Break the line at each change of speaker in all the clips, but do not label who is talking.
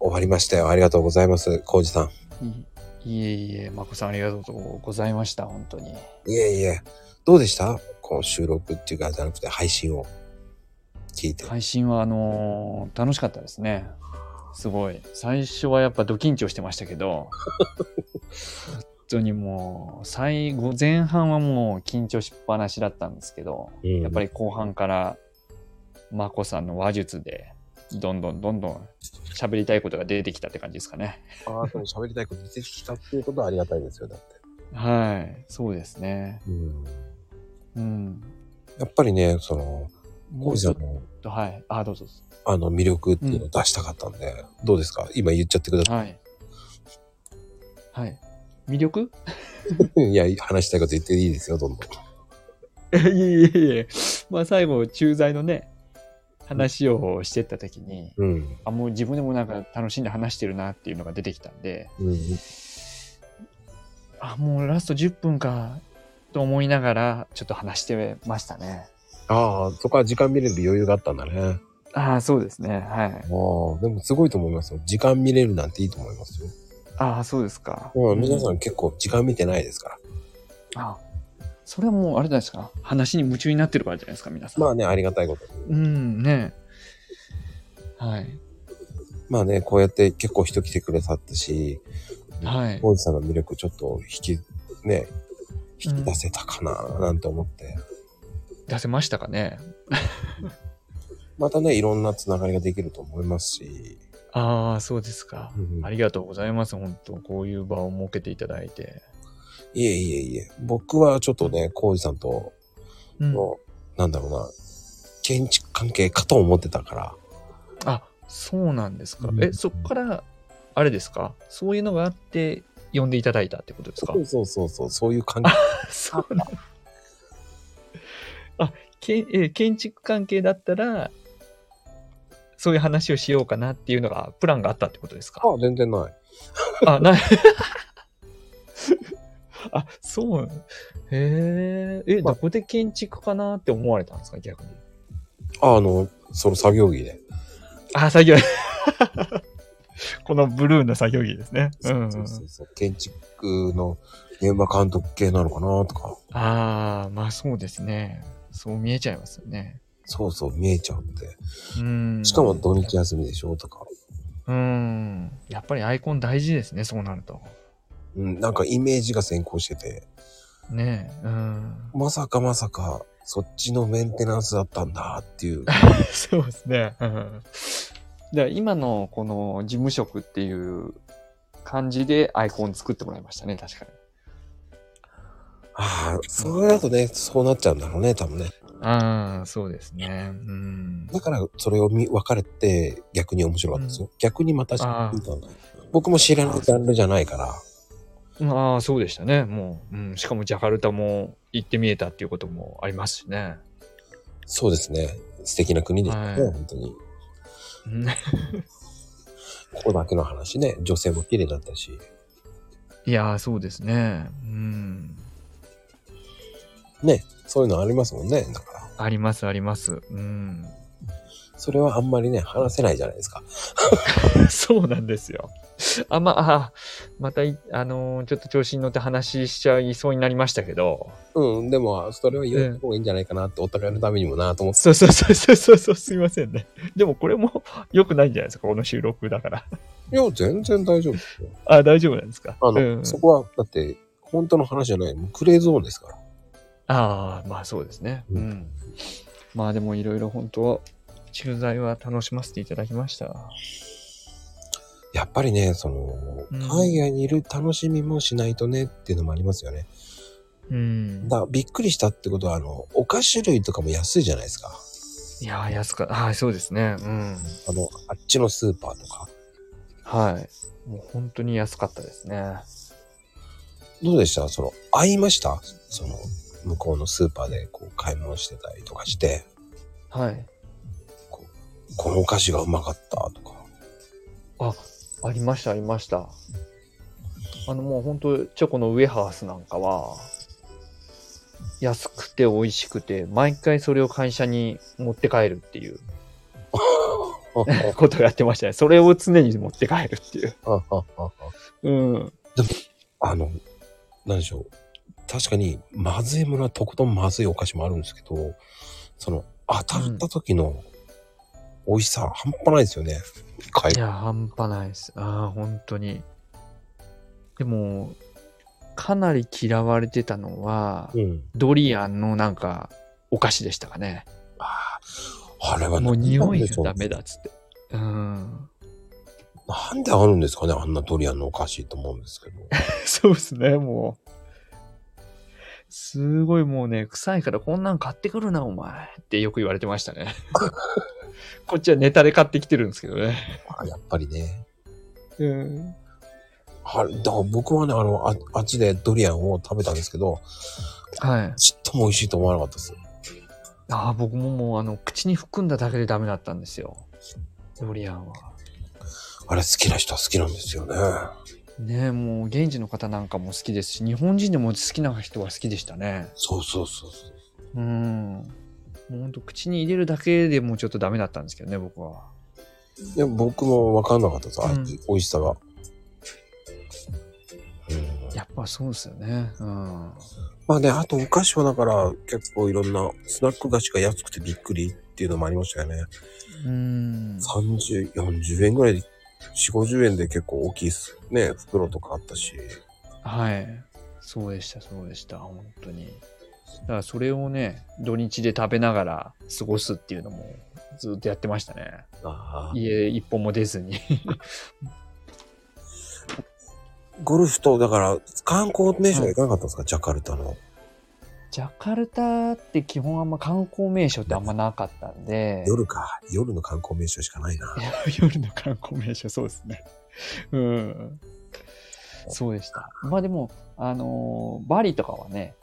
わりましたよ。ありがとうございます。コウジさん。
いいえいえ、まこさんありがとうございました、本当に。
いえいえ。どうでしたこう収録っていうかじゃなくて配信を聞いて。
配信はあのー楽しかったですね。すごい。最初はやっぱド緊張してましたけど、本当にもう、最後、前半はもう緊張しっぱなしだったんですけど、
うん
やっぱり後半から、まこさんの話術で、どんどんどんどん喋りたいことが出てきたって感じですかね。
あなたに喋りたいこと出てきたっていうことはありがたいですよ、だって。
はい、そうですね。うん。
やっぱりね、その、コ
も
ウ
う
ジ
ち
さ
ょ
ん
っ
の
と、はい。あ、どうぞ。どうぞ
あの魅力っていうのを出したかったんで、どうですか今言っちゃってくださ
はい。はい。魅力
い。いや、話したいこと言っていいですよ、どんどん。
いえいえいえ。まあ最後、駐在のね、話をしてった時に、
うん。
あ、もう自分でもなんか楽しんで話してるなっていうのが出てきたんで、
うん。
あ、もうラスト10分か、と思いながら、ちょっと話してましたね。
ああ、そこは時間見れる余裕があったんだね。
ああ、そうですね。はい
あ。あ、でもすごいと思いますよ。時間見れるなんていいと思いますよ。
ああ、そうですか。
うん、皆
う
さ
ん
ん結構時間見てないですから。
あそれはもうあれじゃないですか。話に夢中になってるからじゃないですか、皆さん。
まあね、ありがたいことに。
うん、ね。はい。
まあね、こうやって結構人来てくれたったし、
はい。
王子さんの魅力ちょっと引き、ね、引き出せたかななんて思って。
出せましたかね。
またね、いろんなつながりができると思いますし。
ああ、そうですか。
うん
ありがとうございます。本当こういう場を設けていただいて。
いえいえいえ。僕はちょっとね、コウジさんと
うん
の、なんだろうな、建築関係かと思ってたから。
あ、そうなんですか
う。ん
え、そこから、あれですかそういうのがあって、呼んでいただいたってことですか
そうそうそうそう、そういう関係。
そうなんあ、けんえー建築関係だったら、そういう話をしようかなっていうのが、プランがあったってことですか
あ、全然ない。
あ、ない。 あ、そう。へえ。え、
まあ
どこで建築かなって思われたんですか、逆に。
ああの、その作業着で。
あ、作業着。 このブルーの作業着ですね。うん、
そうそうそう。建築の現場監督系なのかなとか。
ああ、まあそうですね。そう見えちゃいますよね。
そうそう、見えちゃって。
うん。
しかも土日休みでしょとか。
うん。やっぱりアイコン大事ですね、そうなると。
うん、なんかイメージが先行してて。
ねえ。うん。
まさかまさか、そっちのメンテナンスだったんだって いう。
そうですね。うん。だから今のこの事務職っていう感じでアイコン作ってもらいましたね、確かに。
ああ、それだとね、そうなっちゃうんだろうね、多分ね。
ああ、そうですね。うん。
だから、それを見分かれて、逆に面白かったですよ。逆にまた知
あー
ったの僕も知らないジャンルじゃないから。
ああ、そうでしたね。もう、うん。しかもジャカルタも行ってみえたっていうこともありますしね。
そうですね。素敵な国でしたね、
はい
本当に。
うん
ここだけの話ね、女性も綺麗だったし。
いやー、そうですね。うん。
ね、そういうのありますもんね。だから、
あります、あります。うん。
それはあんまりね、話せないじゃないですか。
そうなんですよ。あ、まあ、あまたい、あのーちょっと調子に乗って話しちゃいそうになりましたけど。
うん、でも、それは言った方がいいんじゃないかなって、お互いのためにもなと思って。
そうそうそうそうそうそう、すいませんね。でもこれも良くないんじゃないですか、この収録だから。
いや、全然大丈夫ですよ。
あ、大丈夫なんですか。
あの、
うん、
そこは、だって、本当の話じゃない。もうクレーゾーンですから。
ああ、まあそうですね。
う
うんん。まあでもいろいろ本当、駐在は楽しませていただきました。
やっぱりね、その、
うん
海外にいる楽しみもしないとねっていうのもありますよね。
うん。
だからびっくりしたってことは、あの、お菓子類とかも安いじゃないですか。
いやー、安かった。はい、そうですね。うん。
あの、あっちのスーパーとか。
はい。もう本当に安かったですね。
どうでしたその、会いましたその、向こうのスーパーでこう買い物してたりとかして、
はい。
このお菓子がうまかったとか。
あ、ありました、ありました。あのもう本当、チョコのウエハースなんかは、安くて美味しくて、毎回それを会社に持って帰るっていう。ことをやってましたね。それを常に持って帰るっていう。うん。
あの、なんでしょう。確かに、まずいものはとことんまずいお菓子もあるんですけど、その、当たった時の美味しさ、半端ないですよね。買い
いや、半端ないです。ああ、本当に。でも、かなり嫌われてたのは、
うん。
ドリアンのなんか、お菓子でしたかね。
あれは
もう匂いが
だ
ダメだっつって。うん。
なんであるんですかねあんなドリアンのお菓子と思うんですけど。
そうですね、もう。すごいもうね、臭いからこんなん買ってくるな、お前。ってよく言われてました ね。こっちはネタで買ってきてるんですけどね。
あやっぱりね。
うん。
あれ、だから僕はね、あの、ああっちでドリアンを食べたんですけど、
はい。
ちっとも美味しいと思わなかったです。
ああ、僕ももう、あの、口に含んだだけでダメだったんですよ。ドリアンは。
あれ好きな人は好きなんですよね。
ねえ、もう、現地の方なんかも好きですし、日本人でも好きな人は好きでしたね。
そうそうそうそう。
うん。もうほんと、口に入れるだけでもうちょっとダメだったんですけどね、僕は。
いや、僕も分かんなかったです。あ
うん
美味しさが。うん、
やっぱそうですよね。うん。
まあね、あとお菓子はだから結構いろんなスナック菓子が安くてびっくりっていうのもありましたよね。
うん。
30、40円ぐらいで、4、50円で結構大きいっすね、袋とかあったし。
はい。そうでした、そうでした、本当に。だからそれをね、土日で食べながら過ごすっていうのもずっとやってましたね。
あー
家一歩も出ずに。
ゴルフと、だから観光名所は行かなかったんですか、ジャカルタの。
ジャカルタって基本あんま観光名所ってあんまなかったんで、
夜か。夜の観光名所しかないな。
夜の観光名所、そうですね。うん。そうでした。まあでも、あのーバリとかはね、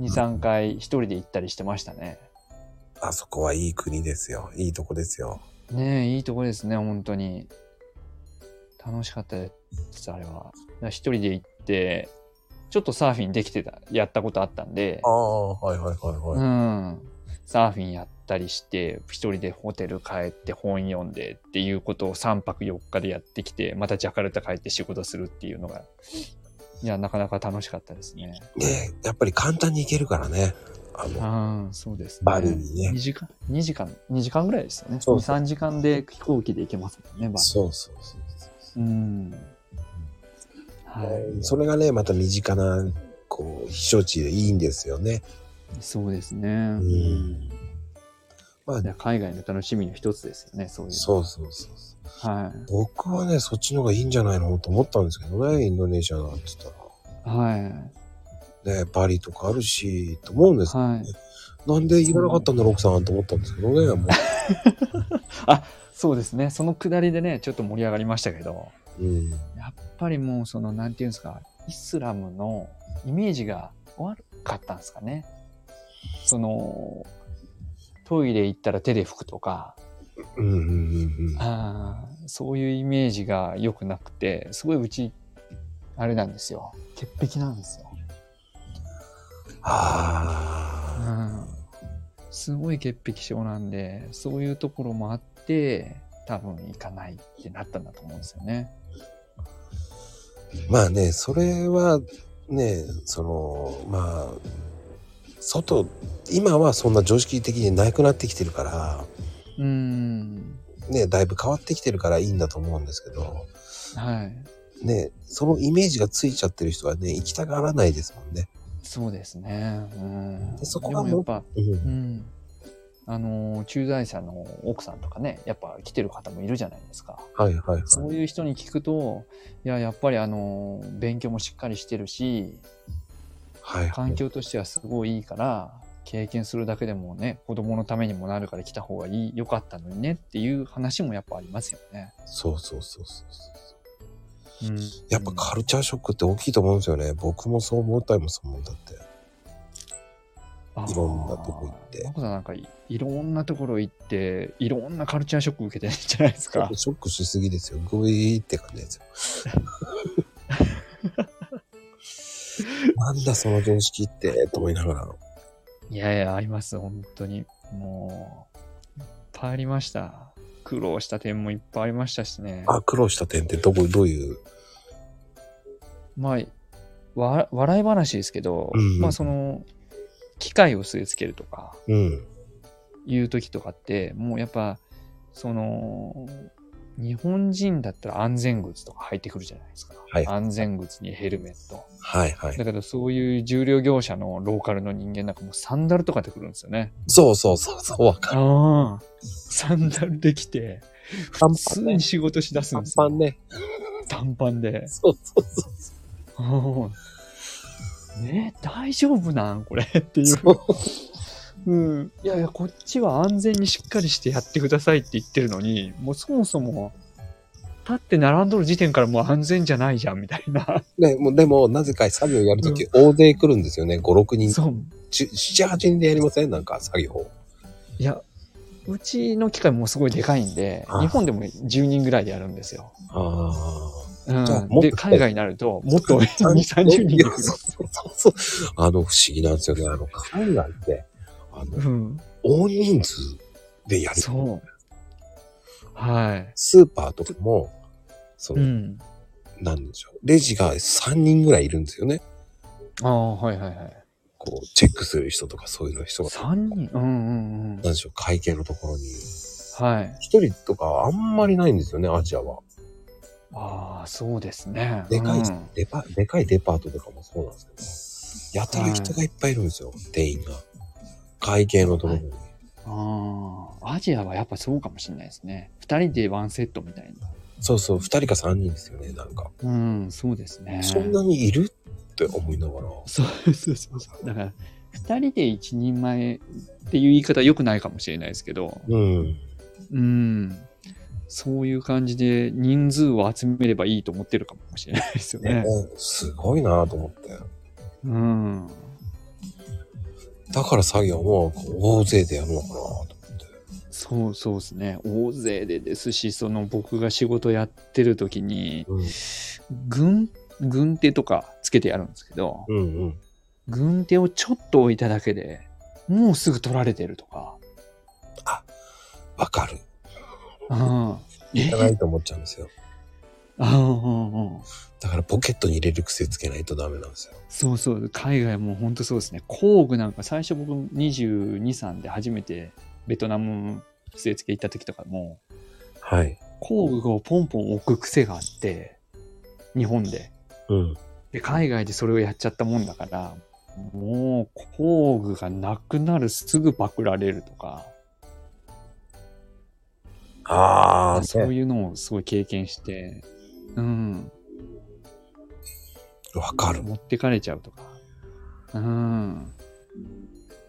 2、3回一人で行ったりしてましたね。
あそこはいい国ですよ。いいとこですよ。
ねえ、いいとこですね、本当に。楽しかったです、あれは。だから一人で行って、ちょっとサーフィンできてた、やったことあったんで
あ、あ、はいはいはいうはい。
ん。サーフィンやったりして、一人でホテル帰って本読んでっていうことを3泊4日でやってきて、またジャカルタ帰って仕事するっていうのが、いや、なかなか楽しかったですね。
ねえやっぱり簡単に行けるからね。あの、
うん、そうですね。
バリにね。
2時間、2時間、2時間ぐらいですよね。
そう
2、3時間で飛行機で行けますもんね、バリ。
そうそうそうそう
うん。はい。
ねそれがね、また身近な、こう、避暑地でいいんですよね。
そうですね。
んまあ
い、や海外の楽しみの一つですよね、そういうの。
そうそうそうそう。
は
僕はね、そっちの方がいいんじゃないのと思ったんですけどね、インドネシアなんて言っ
い。は
たら。ね、バリとかあるし、と思うんで
い。
す。
はい。
なんで言わなかったんだろう、奥さんと思ったんですけどね。も
そうですね。そのくだりでね、ちょっと盛り上がりましたけど、
ううん。
やっぱりもう、その、なんていうんですか、イスラムのイメージが悪かったんですかね。その、トイレ行ったら手で拭くとか、
うんうんうんうん。
あーそういうイメージが良くなくてすごいうちあれなんですよ潔癖なんですよ、う
ああ。
ん、すごい潔癖症なんでそういうところもあって多分行かないってなったんだと思うんですよね
まあね、それは、ね、その、まあ、外、今はそんな常識的になくなってきてるから、
うーん
ね、だいぶ変わってきてるからいいんだと思うんですけど、
はい
ね、そのイメージがついちゃってる人はね、行きたがらないですもんね。
そうですねうん
でそこが
でもやっぱ
うん
うんあの駐在者の奥さんとかねやっぱ来てる方もいるじゃないですか
はいはいはい。
そういう人に聞くと、いや、やっぱりあの、勉強もしっかりしてるし、
はい、
環境としてはすごいいいから、経験するだけでもね、子供のためにもなるから来た方がいい、良かったのにねっていう話もやっぱありますよね。
そうそうそうそうそう。
うん、
やっぱカルチャーショックって大きいと思うんですよね。僕もそう思ったりもするもんだって。いろんなとこ行って
マコさんなんかいいろんなところ行って、いろんなカルチャーショック受けてるんじゃないですか。
ショックしすぎですよ。グイーって感じ ですよ。なんだその常識ってと思いながら。
いやいや、あります、本当に。もう、いっぱいありました。苦労した点もいっぱいありましたしね。
あ、苦労した点ってどこ、どういう。
まあ、わ笑い話ですけど、
うん
まあその、機械を据え付けるとか
うん。
いう時とかって、もうやっぱ、その、日本人だったら安全靴とか履いてくるじゃないですか。
はい
安全靴にヘルメット。
はいはい。
だけどそういう重量業者のローカルの人間なんかもうサンダルとかで来るんですよね。
そうそうそう、そう、わかる。
ああ。サンダルできて、
短
普通に仕事しだすんです
パ
よ。
ンね。
短パンで。
そうそうそう。
うん ね大丈夫なんこれ っていう。うん。いやいや、こっちは安全にしっかりしてやってくださいって言ってるのに、もうそもそも、立って並んどる時点からもう安全じゃないじゃんみたいな。
ね、もうでも、なぜか作業やるとき、大勢来るんですよね。5、6人。
そう。
7、8人でやりませんなんか、作業。
いや、うちの機械もすごいでかいんで
あ、
日本でも10人ぐらいでやるんですよ。
あ
う
じゃあ
ん、
もっと
で、海外になると、もっと2、
あ。
30人で
い
来
や
る。
そうそうそう。あの、不思議なんですよね。あの、海外って、あの、
うん、
大人数でやる。
そう。はい。
スーパーとかも、そうの、
ん。
なんでしょう。レジが3人ぐらいいるんですよね。
ああ、はいはいはい。
こう、チェックする人とかそういうの人が、
3人うんうんうん。
なんでしょう、会計のところに。
はい。
一人とかあんまりないんですよね、アジアは。
ああ、そうですね。
でかい
うん
デパ、でかいデパートとかもそうなんですけど、やたら人がいっぱいいるんですよ、店員が。会計のところに。
ああ、アジアはやっぱそうかもしれないですね。2人でワンセットみたいな。
そうそう、二人か三人ですよね、なんか。
うん、そうですね。
そんなにいるって思いながら。
そうそうそうそう。だから、2人で一人前っていう言い方良くないかもしれないですけど、
うん。
うん。そういう感じで人数を集めればいいと思ってるかもしれないですよね。
すごいなと思って。
うん。
だから作業もこう大勢でやるのかなと思って。
そうそうですね。大勢でですし、その僕が仕事やってる時に、
うん。
軍、軍手とかつけてやるんですけど、
うんうん。
軍手をちょっと置いただけでもうすぐ取られてるとか。
わかる。
うん。え
いらないと思っちゃうんですよ。
うんうんうん
だからポケットに入れる癖つけないとダメなんですよ。
そうそう、海外も本当そうですね。工具なんか最初僕22、3で初めてベトナム据え付け行った時とかも、
はい。
工具をポンポン置く癖があって、日本で。
うん。
で、海外でそれをやっちゃったもんだから、もう工具がなくなるすぐパクられるとか、
ああ、そ
そう
う。
いうのをすごい経験して、うん、
わかる。
持ってかれちゃうとか。うん。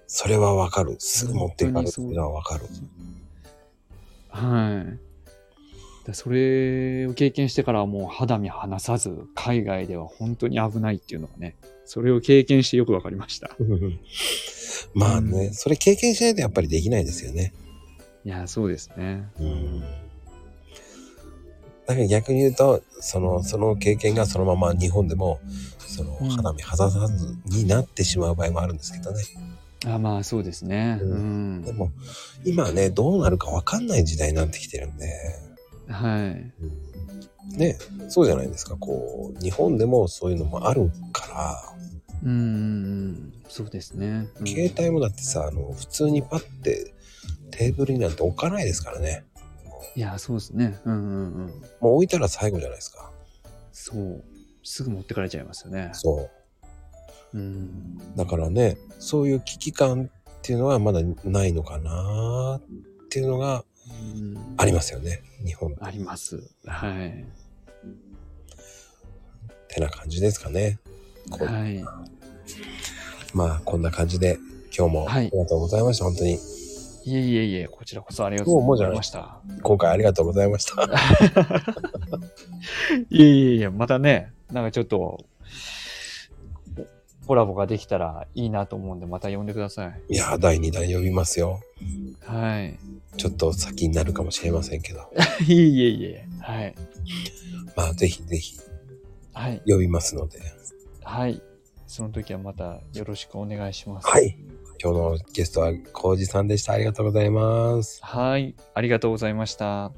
それはわかる。すぐ持っていかれるっていうのはわかる。
はい。だそれを経験してからはもう肌身離さず、海外では本当に危ないっていうのがね、それを経験してよくわかりました。
まあね、
うん
それ経験しないとやっぱりできないですよね。
いや、そうですね。
うん。だから逆に言うと、その、その経験がそのまま日本でも、その
うん、
肌身離さずになってしまう場合もあるんですけどね。
あまあ、そうですね。
う
うん
で。も、今はね、どうなるかわかんない時代になってきてるんで、
はい。
ね、そうじゃないですか。こう、日本でもそういうのもあるから、
うんうんうん。そうですね。うん
携帯もだってさあの普通にパッてテーブルになんて置かないですからね
いや、そうですね。うんうんうん。
もう置いたら最後じゃないですか
そう。すぐ持ってかれちゃいますよね。
そう
うん。
だからねそういう危機感っていうのはまだないのかなっていうのが
うん
ありますよね日本っ
あります。はい。
てな感じですかねこう
はい。
まあこんな感じで今日も
は
あ
い
りがとうございました、本当に
いえいえいえ、こちらこそありがとうございました。
今回ありがとうございました
いえいえいえ、またね、なんかちょっと、コラボができたらいいなと思うんで、また呼んでください。
いやー第2弾呼びますよ
はい。
ちょっと先になるかもしれませんけど
いえいえいえ、はい。
まあぜひぜひ
はい。
呼びますので
はい。その時はまたよろしくお願いします。
はい。今日のゲストは、コウジさんでした。ありがとうございます。
はい、ありがとうございました。